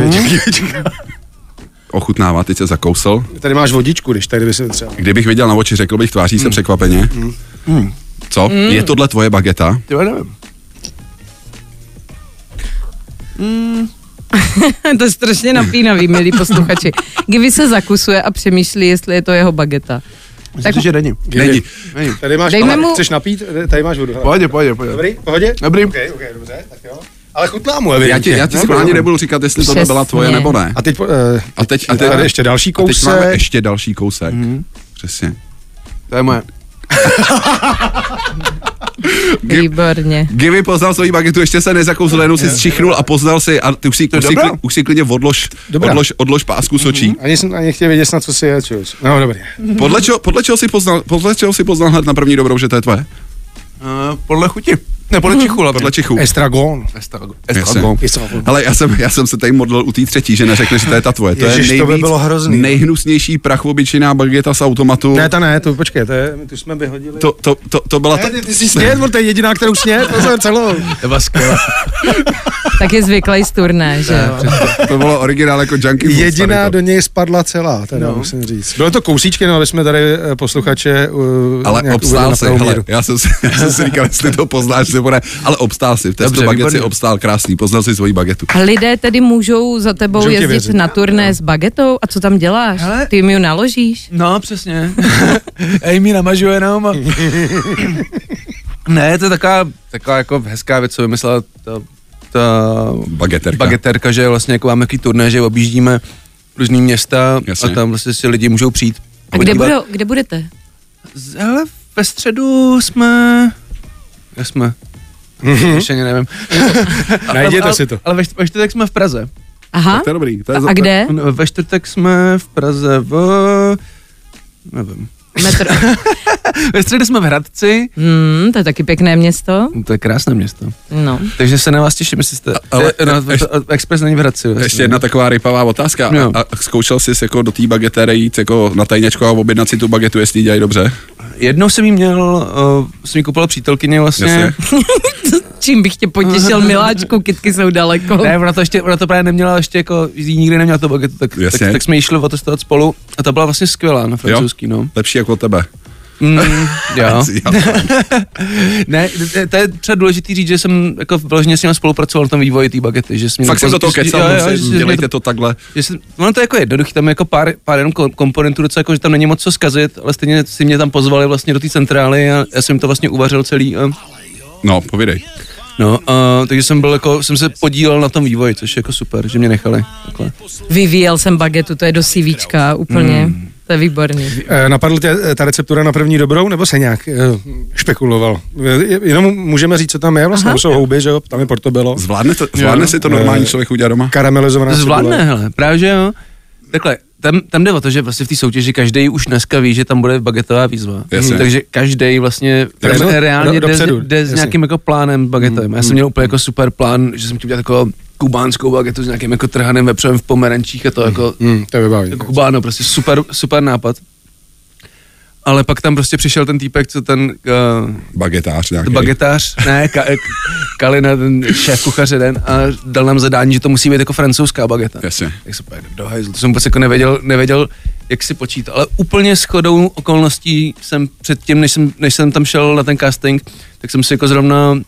[SPEAKER 4] Ochutnává, teď se zakousl.
[SPEAKER 7] Tady máš vodičku, když tady by se třeba.
[SPEAKER 4] Kdybych viděl na oči, řekl bych, tváří se
[SPEAKER 7] Hmm.
[SPEAKER 4] překvapeně. Hmm. Co? Je tohle tvoje bageta?
[SPEAKER 5] Ty jo, nevím.
[SPEAKER 6] to je strašně napínavý, milí posluchači. Givy se zakusuje a přemýšlí, jestli je to jeho bageta.
[SPEAKER 5] Myslím si, že není.
[SPEAKER 4] Není.
[SPEAKER 5] Není.
[SPEAKER 7] Tady máš,
[SPEAKER 6] Dejme
[SPEAKER 7] ale,
[SPEAKER 6] mu-
[SPEAKER 7] chceš napít, tady máš vodu. hele.
[SPEAKER 5] Pohodě, pohodě, pohodě.
[SPEAKER 7] Dobrý, pohodě?
[SPEAKER 5] Dobrý.
[SPEAKER 7] Ok, ok, dobře, tak jo. Ale chutná mu,
[SPEAKER 4] Já ti,
[SPEAKER 7] evidentně.
[SPEAKER 4] já ti schválně nebudu říkat, jestli tohle byla tvoje
[SPEAKER 6] Přesně.
[SPEAKER 4] nebo ne.
[SPEAKER 7] A teď, po- eh,
[SPEAKER 4] A teď, a teď,
[SPEAKER 7] Tady ještě
[SPEAKER 4] a
[SPEAKER 7] další
[SPEAKER 4] teď máme
[SPEAKER 7] kousek. Hmm.
[SPEAKER 4] ještě další kousek. Přesně.
[SPEAKER 5] To je moje.
[SPEAKER 6] Výborně.
[SPEAKER 4] Givy poznal svoji bagetu, ještě se nezakouzl, jenom si zčichnul a poznal si a ty už si, už si,
[SPEAKER 5] dobrá.
[SPEAKER 4] kli- už si klidně odlož,
[SPEAKER 7] Dobrá.
[SPEAKER 4] odlož, odlož pásku s očí.
[SPEAKER 7] ani jsem ani chtěl vědět snad, co si je, čuč. No, dobrý.
[SPEAKER 4] Podle čeho, podle čeho si poznal, podle čeho si poznal hned na první dobrou, že to je tvoje?
[SPEAKER 5] Uh, podle chuti. Ne, podle čichu. hlavně.
[SPEAKER 4] Podle Čichů.
[SPEAKER 7] Estragon.
[SPEAKER 5] Estragon.
[SPEAKER 4] Jasně.
[SPEAKER 5] Estragon.
[SPEAKER 7] Estragon.
[SPEAKER 4] Ale já jsem, já jsem se tady modlil u té třetí, že neřekne, že to je ta tvoje. To
[SPEAKER 7] Ježiš, to
[SPEAKER 4] je
[SPEAKER 7] by
[SPEAKER 4] nejvíc,
[SPEAKER 7] bylo hrozný. no.
[SPEAKER 4] nejhnusnější prachobyčiná bageta z automatu.
[SPEAKER 7] Ne, ta ne, to počkej, to je, tu jsme vyhodili.
[SPEAKER 4] to, to, to, to byla ta...
[SPEAKER 7] Ne, ty, ty jsi sněd, on to je jediná, kterou sněd, to jsem celou.
[SPEAKER 5] To byla skvělá.
[SPEAKER 6] Tak je zvyklý z turné, že jo?
[SPEAKER 4] To bylo originál jako Junkie Food,
[SPEAKER 7] Jediná
[SPEAKER 4] tady to.
[SPEAKER 7] do něj spadla celá, teda no. musím říct. Bylo to kousíčky, no, aby jsme tady eh, posluchače uh,
[SPEAKER 4] Ale obstál si, hele, já jsem, si, já jsem si říkal, jestli to poznáš nebo ne, ale obstál si, v testu
[SPEAKER 5] Dobře,
[SPEAKER 4] baget si
[SPEAKER 5] výborně.
[SPEAKER 4] obstál, krásný, poznal si svoji bagetu.
[SPEAKER 6] A lidé tedy můžou za tebou
[SPEAKER 7] Můžou tě
[SPEAKER 6] jezdit
[SPEAKER 7] věřit.
[SPEAKER 6] na turné s bagetou? A co tam děláš?
[SPEAKER 5] Hele.
[SPEAKER 6] Ty jim ji naložíš?
[SPEAKER 5] No, přesně. Ej, mi namažu jenom. A... ne, to je taková, taková jako hezká věc, co vymyslela ta, ta
[SPEAKER 4] Bageterka.
[SPEAKER 5] bageterka, že vlastně jako máme takový turné, že objíždíme různý města
[SPEAKER 4] Jasně.
[SPEAKER 5] a tam vlastně si lidi můžou přijít.
[SPEAKER 6] A kde,
[SPEAKER 5] podívat.
[SPEAKER 6] budou, kde budete?
[SPEAKER 5] Z- Hele, ve středu jsme... Kde jsme? Ještě ani nevím.
[SPEAKER 7] Najděte
[SPEAKER 5] Ale-
[SPEAKER 7] si to.
[SPEAKER 5] Ale ve, št- ve čtvrtek jsme v Praze.
[SPEAKER 6] Aha,
[SPEAKER 4] To je dobrý. To je
[SPEAKER 6] a kde?
[SPEAKER 5] Ve čtvrtek jsme v Praze v... Nevím.
[SPEAKER 6] Metro.
[SPEAKER 5] Ve středu jsme v Hradci.
[SPEAKER 6] Hmm, to je taky pěkné město.
[SPEAKER 5] To je krásné město.
[SPEAKER 6] No.
[SPEAKER 5] Takže se na vás těším, jestli jste...
[SPEAKER 4] ale-
[SPEAKER 5] Ale, no,
[SPEAKER 4] ještě-
[SPEAKER 5] to- Express není v Hradci.
[SPEAKER 4] Ještě jedna taková rypavá otázka.
[SPEAKER 5] Jo.
[SPEAKER 4] A, a zkoušel jsi jako do té bagetéry jít jako na tajněčko a objednat si tu bagetu, jestli ji dělají dobře?
[SPEAKER 5] Jednou jsem jí měl, uh, jsem jí koupila přítelkyně vlastně.
[SPEAKER 4] Jasně.
[SPEAKER 6] Čím bych tě potěšil, miláčku, kytky jsou daleko.
[SPEAKER 5] No. Ne, ona to, ještě, ona to právě neměla, ještě jako, jí nikdy neměla to bagetu, tak, tak,
[SPEAKER 4] Jasně.
[SPEAKER 5] tak, jsme jí šli otestovat spolu a ta byla vlastně skvělá na francouzský, no.
[SPEAKER 4] Lepší jako od tebe.
[SPEAKER 5] Mm, jo.
[SPEAKER 4] Já,
[SPEAKER 5] Ne, t- to je třeba důležitý říct, že jsem jako vyloženě s ním spolupracoval na tom vývoji té bagety, že jsem
[SPEAKER 4] fakt jsem do toho kecal,
[SPEAKER 5] že
[SPEAKER 4] musím,
[SPEAKER 5] jsem-
[SPEAKER 4] dělejte to takhle.
[SPEAKER 5] Že jsem, ono to je jako jednoduchý, tam je jako pár, pár jenom ko- komponentů, docela jako, že tam není moc co zkazit, ale stejně si mě tam pozvali vlastně do té centrály a já jsem to vlastně uvařil celý. A,
[SPEAKER 4] No, povídej.
[SPEAKER 5] no, a, takže jsem byl jako, jsem se podílel na tom vývoji, což je jako super, že mě nechali. Takhle.
[SPEAKER 6] Vyvíjel jsem bagetu, to je do CVčka úplně. To je výborný.
[SPEAKER 7] Eh, Napadl tě eh, ta receptura na první dobrou, nebo se nějak eh, špekuloval? Eh, Jenom můžeme říct, co tam je, vlastně
[SPEAKER 6] Aha.
[SPEAKER 7] tam jsou houby, že jo, tam je portobello,
[SPEAKER 4] Zvládne, to, zvládne
[SPEAKER 5] Jo.
[SPEAKER 4] si to normální
[SPEAKER 7] Eh,
[SPEAKER 4] člověk udělat doma?
[SPEAKER 7] karamelizovaná
[SPEAKER 5] To
[SPEAKER 7] cibule.
[SPEAKER 5] zvládne, hele, právě že jo. Takhle, tam, tam jde o to, že vlastně v té soutěži každý už dneska ví, že tam bude bagetová výzva.
[SPEAKER 4] Jasně.
[SPEAKER 5] Takže každý vlastně
[SPEAKER 7] Tak
[SPEAKER 5] re-
[SPEAKER 7] do-
[SPEAKER 5] reálně
[SPEAKER 7] do-
[SPEAKER 5] jde,
[SPEAKER 7] dopředu,
[SPEAKER 5] s- jde s
[SPEAKER 7] jasně. Mm-hmm.
[SPEAKER 5] nějakým jako plánem bagetem. Já jsem měl úplně jako super plán, že jsem chtěl dělat jako kubánskou bagetu s nějakým jako trhaným vepřovým v pomerančích a to jako,
[SPEAKER 7] Hm, to je vybaví.
[SPEAKER 5] jako kubáno, prostě super, super nápad. Ale pak tam prostě přišel ten týpek, co ten uh,
[SPEAKER 4] Bagetář nějaký.
[SPEAKER 5] bagetář, ne, ka, k- Kalina, ten šéf kuchaře den a dal nám zadání, že to musí být jako francouzská bageta.
[SPEAKER 4] Jasně.
[SPEAKER 5] Tak jsem úplně do hajzlu. To jsem vůbec jako nevěděl, nevěděl, jak si počítat. Ale úplně shodou okolností jsem předtím, než jsem, než jsem tam šel na ten casting, tak jsem si jako zrovna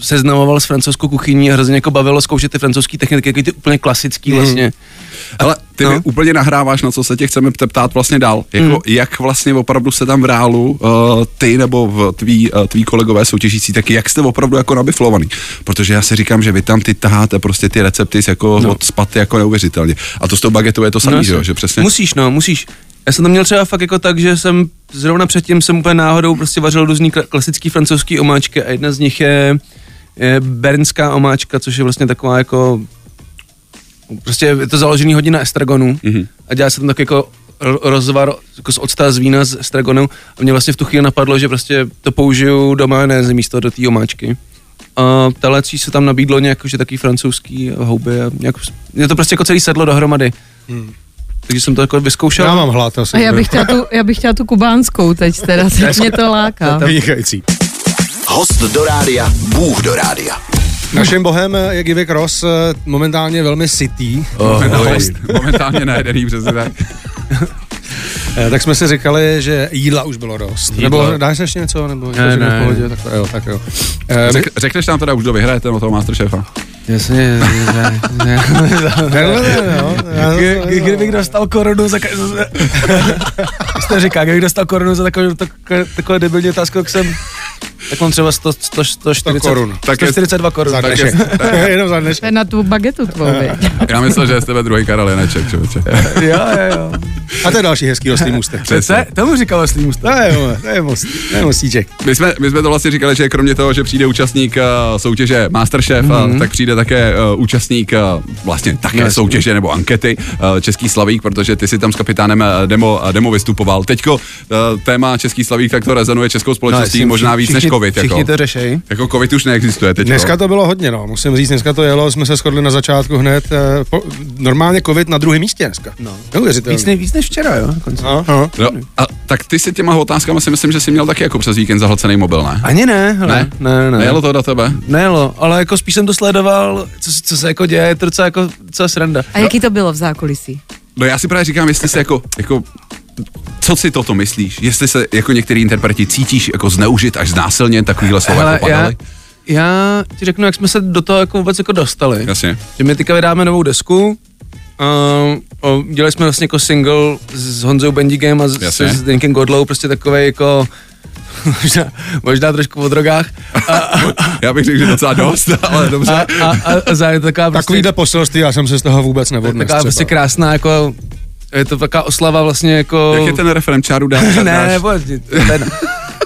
[SPEAKER 5] seznamoval s francouzskou kuchyní a hrozně jako bavilo zkoušet ty francouzské techniky, jako ty úplně klasický vlastně.
[SPEAKER 4] Ale ty no.
[SPEAKER 5] No.
[SPEAKER 4] mi úplně nahráváš, na co se tě chceme pte- ptát vlastně dál. Jako, mm. Jak vlastně opravdu se tam v reálu uh, ty nebo v tví, uh, tví kolegové soutěžící, tak jak jste opravdu jako nabiflovaný? Protože já si říkám, že vy tam ty taháte prostě ty recepty z jako no. od spaty jako neuvěřitelně. A to s tou bagetou je to samý, no, že jo? Že přesně.
[SPEAKER 5] Musíš, no, musíš. Já jsem to měl třeba fakt jako tak, že jsem zrovna předtím jsem úplně náhodou prostě vařil různý kla- klasický francouzský omáčky a jedna z nich je, je bernská omáčka, což je vlastně taková jako prostě je to založený hodně na estragonu mm-hmm. a dělá se tam tak jako ro- rozvar jako z octa z vína z estragonu a mě vlastně v tu chvíli napadlo, že prostě to použiju do majonézy místo do té omáčky. a telecí se tam nabídlo nějak, že taky francouzský houby a nějak, mě to prostě jako celý sedlo dohromady. Hmm. Takže jsem to jako vyzkoušel.
[SPEAKER 7] Já mám hlad asi.
[SPEAKER 6] A já bych chtěla tu, já bych chtěla tu kubánskou teď teda, teď mě to láká.
[SPEAKER 7] Vynikající.
[SPEAKER 2] Host do rádia, Bůh do rádia.
[SPEAKER 7] Naším bohem je Givy Cross, eh, momentálně velmi sitý.
[SPEAKER 4] Oh, momentálně najedený, přesně tak.
[SPEAKER 7] Eh, Tak jsme si říkali, že jídla už bylo dost. Jídla. Nebo dáš ještě něco? Nebo
[SPEAKER 5] Ne,
[SPEAKER 7] ne,
[SPEAKER 5] ne.
[SPEAKER 7] v pohodě, tak jo, tak jo. Eh,
[SPEAKER 4] Řek, řekneš nám teda už, kdo vyhraje ten toho Masterchefa.
[SPEAKER 5] Jasně, jasně, jasně.
[SPEAKER 7] ne, ne, ne, jo. Já-
[SPEAKER 1] Kdy- Kdybych dostal korunu za... ka- Jste říká, kdybych dostal korunu za takovou, takové, takové debilní otázku, jak jsem...
[SPEAKER 5] Tak mám třeba 100, 100, 140,
[SPEAKER 7] korun.
[SPEAKER 4] Tak je,
[SPEAKER 1] 142 korun.
[SPEAKER 7] Za dnešek. Jenom za dnešek.
[SPEAKER 6] To je na tu bagetu tvou, viď?
[SPEAKER 4] já myslel, že je z tebe druhý Karel Janeček, člověče.
[SPEAKER 1] Jo, jo, jo.
[SPEAKER 7] A to je další hezký oslý můstek.
[SPEAKER 1] To je, tomu říkal oslý
[SPEAKER 7] To
[SPEAKER 1] mustek.
[SPEAKER 7] je, to je, most- to je mostíček.
[SPEAKER 4] My jsme, my jsme to vlastně říkali, že kromě toho, že přijde účastník eh, soutěže Masterchef, mm-hmm. tak přijde také uh, účastník uh, vlastně také
[SPEAKER 5] Mhm. Jasně.
[SPEAKER 4] soutěže nebo ankety uh, Český Slavík, protože ty si tam s kapitánem eh, Demo, eh, Demo vystupoval. Teďko uh, téma Český Slavík, tak to rezonuje českou společností
[SPEAKER 5] No, jasně,
[SPEAKER 4] No, možná víc než
[SPEAKER 5] všichni-
[SPEAKER 4] COVID.
[SPEAKER 5] Všichni
[SPEAKER 4] Jako,
[SPEAKER 5] to řešejí.
[SPEAKER 4] jako COVID už neexistuje teď.
[SPEAKER 7] Dneska to bylo hodně, no. Musím říct, dneska to jelo, jsme se shodli na začátku hned. eh, Po, normálně covid na druhém místě dneska. No. Neuvěřitelný.
[SPEAKER 1] Víc, ne, víc než včera, jo? dokonce.
[SPEAKER 7] No, no.
[SPEAKER 4] No, a, tak ty si těma otázkama si myslím, že jsi měl taky jako přes víkend zahlcený mobil, ne?
[SPEAKER 5] Ani ne, hele.
[SPEAKER 4] Ne?
[SPEAKER 5] ne, ne.
[SPEAKER 4] Nejelo to do tebe?
[SPEAKER 5] Nejelo, ale jako spíš jsem to sledoval, co, se- co se jako děje, je to docela jako docela sranda.
[SPEAKER 6] A jaký to bylo v zákulisí?
[SPEAKER 4] No já si právě říkám, jestli se jako, jako co si toto myslíš? Jestli se jako některý interpreti cítíš jako zneužit až znásilně takovýhle slova
[SPEAKER 5] Hele,
[SPEAKER 4] jako
[SPEAKER 5] já,
[SPEAKER 4] padaly?
[SPEAKER 5] já ti řeknu, jak jsme se do toho jako vůbec jako dostali.
[SPEAKER 4] Jasně.
[SPEAKER 5] Že my teďka vydáme novou desku, Um, o, dělali jsme vlastně jako single s Honzou Bendigem a s,
[SPEAKER 4] Jasně.
[SPEAKER 5] s Zdenkem Godlou, prostě takovej jako možná, možná trošku o drogách a,
[SPEAKER 4] Já bych řekl, že docela dost, ale dobře.
[SPEAKER 5] a, a, a, a zároveň taková prostě,
[SPEAKER 7] Takovýhle poselství, já jsem se z toho vůbec nevodnes
[SPEAKER 5] taková prostě krásná jako, je to taková oslava vlastně jako...
[SPEAKER 4] Jak je ten referent čáru dá?
[SPEAKER 5] ne, nebo, ten,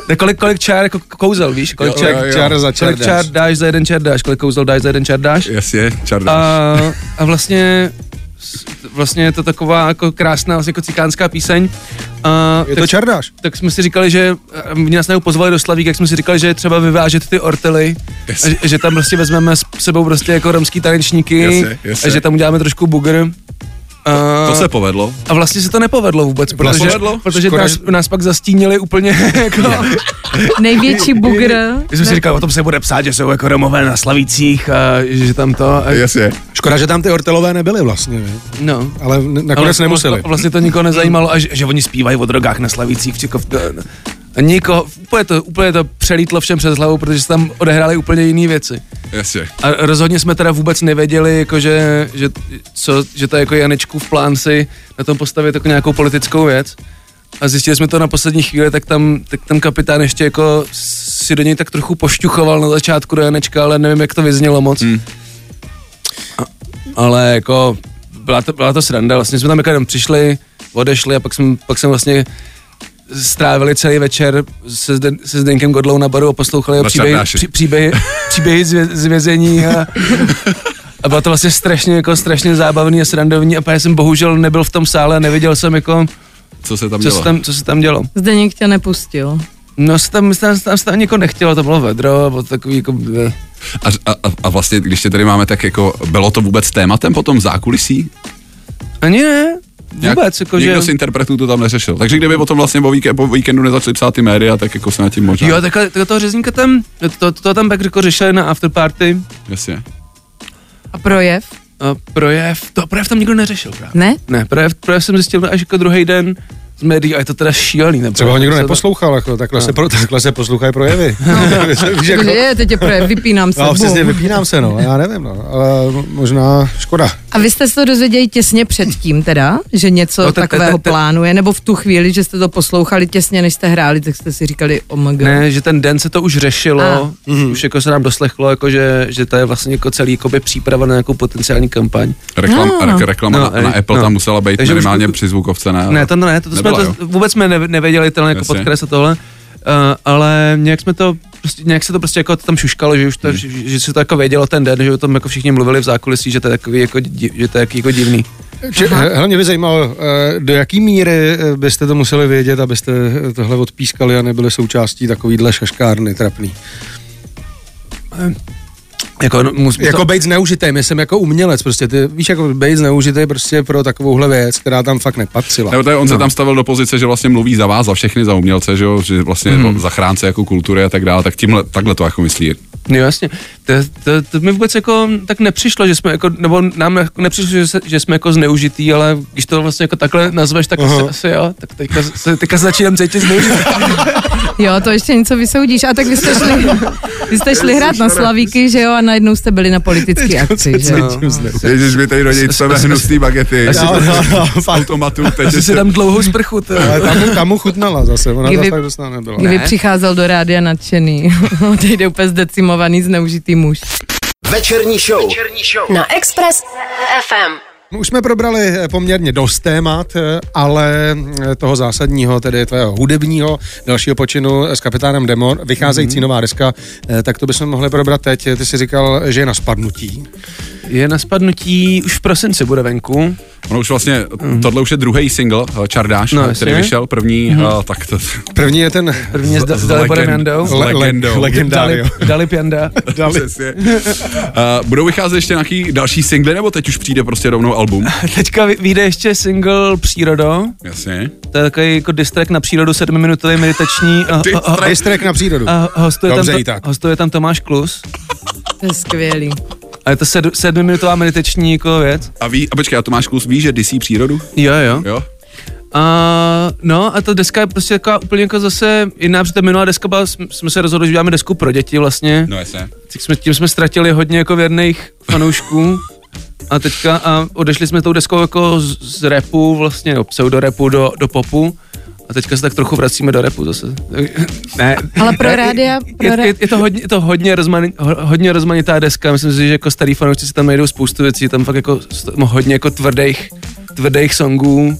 [SPEAKER 5] ne, kolik, kolik čár jako kouzel, víš? Kolik
[SPEAKER 7] Jo,
[SPEAKER 5] čár,
[SPEAKER 7] jo, jo. Čár za čár
[SPEAKER 5] kolik
[SPEAKER 7] dáš.
[SPEAKER 5] čár dáš za jeden čár dáš, kolik kouzel dáš za jeden čár dáš.
[SPEAKER 4] Jasně, čár
[SPEAKER 5] A,
[SPEAKER 4] dáš.
[SPEAKER 5] a vlastně, vlastně je to taková jako krásná vlastně jako cikánská píseň. A,
[SPEAKER 7] Je
[SPEAKER 5] tak,
[SPEAKER 7] to čardáš?
[SPEAKER 5] tak jsme si říkali, že eh, mě nás pozvali do Slavík, jak jsme si říkali, že je třeba vyvážet ty ortely,
[SPEAKER 4] Yes.
[SPEAKER 5] a, že- že tam prostě vezmeme s sebou prostě jako romský tanečníky
[SPEAKER 4] Jasně, jasně.
[SPEAKER 5] a že tam uděláme trošku bugr. A,
[SPEAKER 4] To se povedlo.
[SPEAKER 5] a vlastně se to nepovedlo vůbec, protože,
[SPEAKER 4] Nepovedlo?
[SPEAKER 5] protože
[SPEAKER 7] Škoda,
[SPEAKER 5] nás,
[SPEAKER 7] že-
[SPEAKER 5] nás pak zastínili úplně jako...
[SPEAKER 6] Největší bugr.
[SPEAKER 5] Já jsem si říkal, o tom se bude psát, že jsou jako Romové na Slavících a že tam to... A,
[SPEAKER 4] Jasně.
[SPEAKER 7] Škoda, že tam ty ortelové nebyly vlastně, vi?
[SPEAKER 5] no.
[SPEAKER 7] ale n- nakonec
[SPEAKER 5] Ale
[SPEAKER 7] nemuseli.
[SPEAKER 5] Vlastně, vlastně to nikoho nezajímalo, a že, že oni zpívají o drogách na Slavících v Čekov. A nikoho, úplně to, úplně to přelítlo všem přes hlavu, protože se tam odehrály úplně jiné věci.
[SPEAKER 4] Jasně.
[SPEAKER 5] A rozhodně jsme teda vůbec nevěděli, jako že, že, co, že to je jako Janečku v plán si na tom postavit jako nějakou politickou věc. A zjistili jsme to na poslední chvíli, tak tam, tak tam kapitán ještě jako si do něj tak trochu pošťuchoval na začátku do Janečka, ale nevím, jak to vyznělo moc. Hmm. A, ale jako byla to, byla to sranda, vlastně jsme tam jako jenom přišli, odešli a pak jsme, pak jsme vlastně strávili celý večer se, Zden, se Zdenkem Godlou na baru a poslouchali jeho
[SPEAKER 4] Na
[SPEAKER 5] příběhy,
[SPEAKER 4] čardáši.
[SPEAKER 5] při, příběhy, příběhy z, vě, z vězení a, a bylo to vlastně strašně, jako strašně zábavný a srandovní a pak jsem bohužel nebyl v tom sále a neviděl jsem jako,
[SPEAKER 4] Co se tam
[SPEAKER 5] co se
[SPEAKER 4] dělo?
[SPEAKER 5] tam, co se tam dělo.
[SPEAKER 6] Zdeněk tě nepustil.
[SPEAKER 5] No se tam, se tam, se tam, se tam někoho nechtělo, to bylo vedro, bylo to takový jako... eh.
[SPEAKER 4] A, a, a- a vlastně, když tě tady máme, tak jako bylo to vůbec tématem potom zákulisí?
[SPEAKER 5] Ani ne, vůbec, jako že...
[SPEAKER 4] Nikdo z interpretů to tam neřešil. Takže kdyby potom vlastně po, víke, po víkendu nezačali psát ty média, tak jako se na tím možná.
[SPEAKER 5] Jo, takhle, takhle toho řezníka tam, to, to tam pak jako řešili na afterparty,
[SPEAKER 4] Jasně.
[SPEAKER 6] A projev?
[SPEAKER 5] a projev, to projev tam nikdo neřešil právě.
[SPEAKER 6] Ne?
[SPEAKER 5] Ne, projev, projev jsem zjistil až jako druhý den z médií a je to teda šílený. Nebo
[SPEAKER 7] Třeba ho nikdo neposlouchal, jako, takhle, se, pro, takhle se poslouchají projevy. Víš, jako-
[SPEAKER 6] Takže je, teď je projev, vypínám se.
[SPEAKER 7] No, přesně,
[SPEAKER 6] bum.
[SPEAKER 7] vypínám se, no, já nevím, no, ale možná škoda.
[SPEAKER 6] A vy jste se to dozvěděli těsně předtím teda, že něco
[SPEAKER 5] No,
[SPEAKER 6] no,
[SPEAKER 5] te- te-
[SPEAKER 6] takového
[SPEAKER 5] te- te-
[SPEAKER 6] plánuje, nebo v tu chvíli, že jste to poslouchali těsně, než jste hráli, tak jste si říkali oh omg.
[SPEAKER 5] Ne, že ten den se to už řešilo,
[SPEAKER 6] A.
[SPEAKER 5] mm už jako se nám doslechlo, jako že, že to je vlastně jako celý jakoby příprava na nějakou potenciální kampaň.
[SPEAKER 4] Reklam,
[SPEAKER 6] No.
[SPEAKER 4] no. Reklama
[SPEAKER 5] No,
[SPEAKER 4] no, na, na
[SPEAKER 5] eh,
[SPEAKER 4] Apple
[SPEAKER 5] no.
[SPEAKER 4] tam musela být
[SPEAKER 5] Takže
[SPEAKER 4] Takže
[SPEAKER 5] už-
[SPEAKER 4] minimálně při zvukovce, ne?
[SPEAKER 5] Ne, to no ne, to, to jsme
[SPEAKER 4] Nebyla,
[SPEAKER 5] to, vůbec jsme ne, nevěděli tenhle jako
[SPEAKER 4] Jasně.
[SPEAKER 5] podkres a tohle, uh, ale nějak jsme to prostě, nějak se to prostě jako tam šuškalo, že už
[SPEAKER 4] Mhm.
[SPEAKER 5] to, že, že, se to jako vědělo ten den, že o tom jako všichni mluvili v zákulisí, že to je takový jako, di- že to je jako divný.
[SPEAKER 7] Če, hele, mě by zajímalo, eh, do jaký míry eh, byste to museli vědět, abyste eh, tohle odpískali a nebyli součástí takovýhle šaškárny trapný.
[SPEAKER 5] Jako, no, mus,
[SPEAKER 7] Jako být zneužitý, myslím jako umělec, prostě ty víš, jako být zneužitý prostě pro takovouhle věc, která tam fakt nepatřila.
[SPEAKER 4] Nebo to je,
[SPEAKER 5] No.
[SPEAKER 4] on se tam stavil do pozice, že vlastně mluví za vás, za všechny, za umělce, že, jo? že vlastně
[SPEAKER 6] Mhm.
[SPEAKER 4] hmm. zachránce jako kultury a tak dále, tak tímhle, takhle to jako myslí.
[SPEAKER 5] No jasně, to, to, to, mi vůbec jako tak nepřišlo, že jsme jako, nebo nám jako nepřišlo, že, se, že jsme jako zneužitý, ale když to vlastně jako takhle nazveš, tak asi, asi jo, tak teďka, se, teďka začínám cítit zneužitý.
[SPEAKER 6] Jo, to ještě něco vysoudíš. A tak vy jste šli, vy jste šli hrát na Slavíky, že jo, a najednou jste byli na politické akci, že
[SPEAKER 5] No.
[SPEAKER 6] jo.
[SPEAKER 4] Ježíš, my tady do něj chceme hnusný bagety.
[SPEAKER 7] No, no, no,
[SPEAKER 4] Z automatu, teď
[SPEAKER 5] Asi si dám dlouhou sprchu, to.
[SPEAKER 7] Ale tam, mu- tam mu chutnala zase, ona
[SPEAKER 6] Kdyby-
[SPEAKER 7] zase tak dostala nebyla.
[SPEAKER 6] Kdyby
[SPEAKER 5] Ne.
[SPEAKER 6] přicházel do rádia nadšený, teď jde úplně zdecimovaný, zneužitý muž.
[SPEAKER 2] Večerní show.
[SPEAKER 3] Na Express FM.
[SPEAKER 7] Už jsme probrali eh, poměrně dost témat, eh, ale eh, toho zásadního, tedy tvého hudebního dalšího počinu eh, s kapitánem Demon, vycházející nová deska, eh, tak to bychom mohli probrat teď. Eh, Ty jsi říkal, že je na spadnutí.
[SPEAKER 5] Je na spadnutí, už v prosinci bude venku.
[SPEAKER 4] Ono už vlastně, tohle už je druhý single, eh, Čardáš,
[SPEAKER 5] Mhm. No,
[SPEAKER 4] no,
[SPEAKER 5] jasně. Mhm.
[SPEAKER 4] který vyšel, první, eh, tak to...
[SPEAKER 7] První je ten
[SPEAKER 5] První je s,
[SPEAKER 4] Z-
[SPEAKER 5] s
[SPEAKER 4] z
[SPEAKER 5] Daliborem
[SPEAKER 4] legend-
[SPEAKER 5] Jandou.
[SPEAKER 4] z legendou.
[SPEAKER 7] legendário.
[SPEAKER 5] Dalip- Dalip Janda.
[SPEAKER 7] Dali.
[SPEAKER 4] Přesně. Eh, budou vycházet ještě nějaký další singly, nebo teď už přijde prostě rovnou album?
[SPEAKER 5] Teďka vy- vyjde ještě single Přírodo.
[SPEAKER 4] Jasně.
[SPEAKER 5] To je takový jako distrakt na přírodu, sedmiminutový meditační. eh, A, a, a,
[SPEAKER 7] Distrek na přírodu.
[SPEAKER 5] a eh, hostuje,
[SPEAKER 7] Dobře, i
[SPEAKER 5] tam,
[SPEAKER 7] tak.
[SPEAKER 5] to, hostuje tam Tomáš Klus.
[SPEAKER 6] To je skvělý.
[SPEAKER 5] A je to sed, sedmiminutová meditační jako věc.
[SPEAKER 4] A ví, a počkej, a Tomáš Klus ví, že disí přírodu?
[SPEAKER 5] Jo, jo.
[SPEAKER 4] Jo?
[SPEAKER 5] A, no a ta deska je prostě taková úplně jako zase jiná, protože ta minulá deska byla, jsme- jsme se rozhodli, že uděláme desku pro děti vlastně.
[SPEAKER 4] No jasně.
[SPEAKER 5] Tak jsme, tím jsme ztratili hodně jako věrných fanoušků. A teďka a odešli jsme tou deskou jako z, z repu vlastně, no, pseudorepu do, do popu. A teďka se tak trochu vracíme do repu zase. ne.
[SPEAKER 6] Ale pro
[SPEAKER 5] Ne,
[SPEAKER 6] rádia- pro
[SPEAKER 5] je,
[SPEAKER 6] ra-
[SPEAKER 5] je, je, to hodně, je to hodně, rozmani, ho- hodně rozmanitá deska. Myslím si, že jako starý fanoušci si tam najdou spoustu věcí. Je tam fakt jako st- hodně jako tvrdých, tvrdých songů.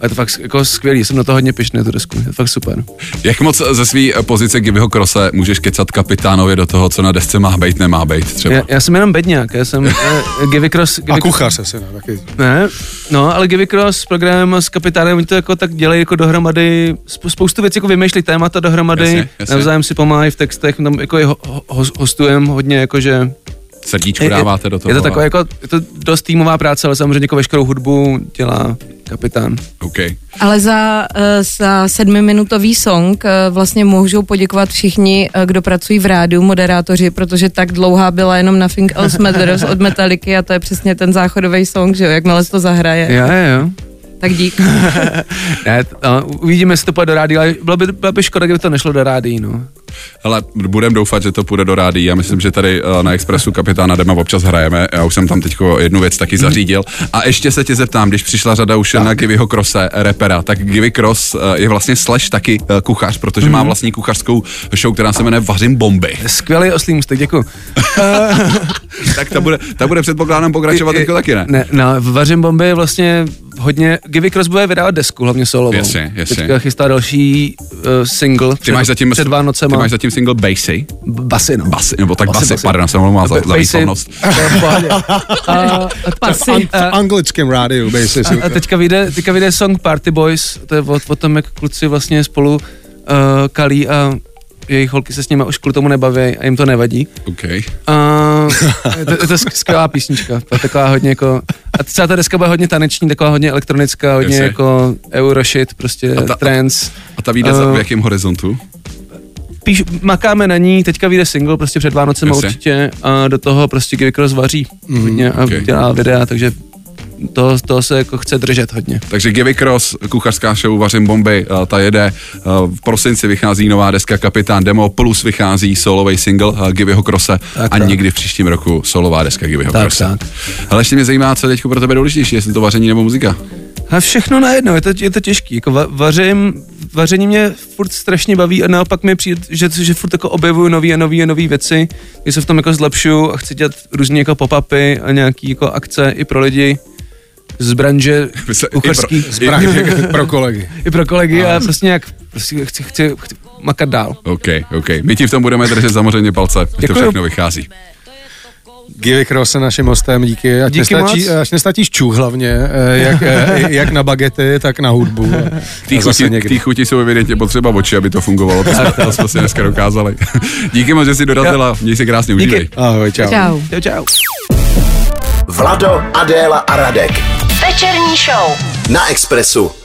[SPEAKER 5] A je to fakt jako skvělý, jsem na to hodně pišný, tu desku, je to fakt super.
[SPEAKER 4] Jak moc ze své eh, pozice Gibbyho Krose můžeš kecat kapitánovi do toho, co na desce má být, nemá být třeba?
[SPEAKER 5] Já, já jsem jenom bedňák, já jsem uh, Givy Cross,
[SPEAKER 7] A
[SPEAKER 5] Givy
[SPEAKER 7] kuchař asi, ne? Taky.
[SPEAKER 5] Ne, no, ale Givy Cross s programem s kapitánem, oni to jako tak dělají jako dohromady, spou- spoustu věcí jako vymýšlí témata dohromady,
[SPEAKER 4] Jasně, jasně.
[SPEAKER 5] navzájem si pomáhají v textech, tam jako je ho, ho, hostujeme hodně, jakože
[SPEAKER 4] Srdíčku dáváte do toho.
[SPEAKER 5] je to
[SPEAKER 4] ale-
[SPEAKER 5] takové jako, je to dost týmová práce, ale samozřejmě jako veškerou hudbu dělá kapitán.
[SPEAKER 4] OK.
[SPEAKER 6] Ale za, eh, za sedmiminutový song eh, vlastně můžou poděkovat všichni, eh, kdo pracují v rádiu, moderátoři, protože tak dlouhá byla jenom Nothing Else Matters od Metallicy a to je přesně ten záchodový song, že jo, jakmile se to zahraje.
[SPEAKER 5] Jo, jo, jo.
[SPEAKER 6] Tak dík.
[SPEAKER 5] Ne, t- no, uvidíme, jestli to půjde do rádia, ale byla by, byla by škoda, kdyby to nešlo do rádií, no.
[SPEAKER 4] Hele, budem doufat, že to půjde do rády. Já myslím, že tady eh, na Expressu kapitána Dema občas hrajeme. Já už jsem tam teď jednu věc taky zařídil. A ještě se tě zeptám, když přišla řada už na Givyho Krose, repera, tak Givy Cross eh, je vlastně slash taky eh, kuchař, protože
[SPEAKER 5] Mhm.
[SPEAKER 4] má vlastní kuchařskou show, která se jmenuje Vařím bomby.
[SPEAKER 5] Skvělý oslý mustek, děkuji.
[SPEAKER 4] tak ta bude, ta bude předpokládám pokračovat
[SPEAKER 5] I- i-
[SPEAKER 4] jako taky, ne?
[SPEAKER 5] Ne, no, Vařím bomby je vlastně hodně, Givy Cross bude vydávat desku, hlavně solovou.
[SPEAKER 4] Jasně, jasně.
[SPEAKER 5] Teďka chystá další uh, single
[SPEAKER 4] Ty máš zatím,
[SPEAKER 5] před Vánocema.
[SPEAKER 4] ty máš zatím single Basy,
[SPEAKER 5] B- basy, no.
[SPEAKER 4] basy, nebo tak
[SPEAKER 5] Basy,
[SPEAKER 4] basy,
[SPEAKER 5] basy.
[SPEAKER 4] pardon, jsem mluvil za,
[SPEAKER 5] Ba-
[SPEAKER 4] za
[SPEAKER 5] basy.
[SPEAKER 4] výslovnost.
[SPEAKER 5] To je v pohodě. A, a,
[SPEAKER 6] Pasy.
[SPEAKER 5] a-
[SPEAKER 7] V anglickém rádiu, basis.
[SPEAKER 5] a, a teďka, vyjde, teďka vyjde song Party Boys, to je o, o tom, jak kluci vlastně spolu uh, kalí a jejich holky se s nimi už kvůli tomu nebaví a jim to nevadí.
[SPEAKER 4] Okay.
[SPEAKER 5] A je to, je to sk- skvělá písnička, to je taková hodně jako, a celá ta deska bude hodně taneční, taková hodně elektronická, hodně
[SPEAKER 4] Jasně.
[SPEAKER 5] jako euroshit, prostě
[SPEAKER 4] ta-
[SPEAKER 5] ta, trance.
[SPEAKER 4] A ta vyjde za-
[SPEAKER 5] Eh.
[SPEAKER 4] v jakém horizontu?
[SPEAKER 5] Píš, makáme na ní, teďka vyjde single prostě před Vánocem
[SPEAKER 4] Jasně. Mhm,
[SPEAKER 5] určitě a do toho prostě Givik vaří hodně a
[SPEAKER 4] okay.
[SPEAKER 5] dělá videa, takže to, to se jako chce držet hodně.
[SPEAKER 4] Takže Givy Cross, kuchařská show Vařím bomby, eh, ta jede. eh, V prosinci vychází nová deska Kapitán Demo, plus vychází solový single eh, Givyho Crosse a
[SPEAKER 5] tak.
[SPEAKER 4] někdy v příštím roku solová deska Givyho
[SPEAKER 5] Tak,
[SPEAKER 4] Crosse.
[SPEAKER 5] tak.
[SPEAKER 4] Ale ještě mě zajímá, co je teď pro tebe důležitější, jestli to vaření nebo muzika.
[SPEAKER 5] A všechno najednou, je to, je to těžký. Jako va, vařím, vaření mě furt strašně baví a naopak mi přijde, že, že furt jako objevuju nové a nové a nové věci, kdy se v tom jako zlepšuju a chci dělat různé jako pop-upy a nějaký jako akce i pro lidi z branže
[SPEAKER 4] My se- i pro-
[SPEAKER 5] kuchařský.
[SPEAKER 4] i-
[SPEAKER 7] Pra, pro kolegy.
[SPEAKER 5] I pro kolegy a prostě nějak prostě chci, chci, chci makat dál.
[SPEAKER 4] OK, OK. My ti v tom budeme držet samozřejmě palce, ať to
[SPEAKER 5] Děkuju.
[SPEAKER 4] všechno vychází.
[SPEAKER 7] Givy Cross je naším hostem, díky. Ať
[SPEAKER 5] Díky
[SPEAKER 7] nestačí,
[SPEAKER 5] moc.
[SPEAKER 7] Až nestačíš čuch hlavně, eh, jak, eh, jak na bagety, tak na hudbu.
[SPEAKER 4] K té
[SPEAKER 7] A zase
[SPEAKER 4] chuti,
[SPEAKER 7] někdy.
[SPEAKER 4] k té chuti Jako jsou evidentně potřeba oči, aby to fungovalo. To jsme, to jsme si dneska dokázali. Díky moc, že jsi dorazila. Měj se krásně,
[SPEAKER 5] Díky.
[SPEAKER 4] užívej.
[SPEAKER 7] Ahoj, čau.
[SPEAKER 6] Čau.
[SPEAKER 5] Čau, čau.
[SPEAKER 2] Vlado, Adéla a Radek
[SPEAKER 3] Večerní show.
[SPEAKER 2] na Expressu.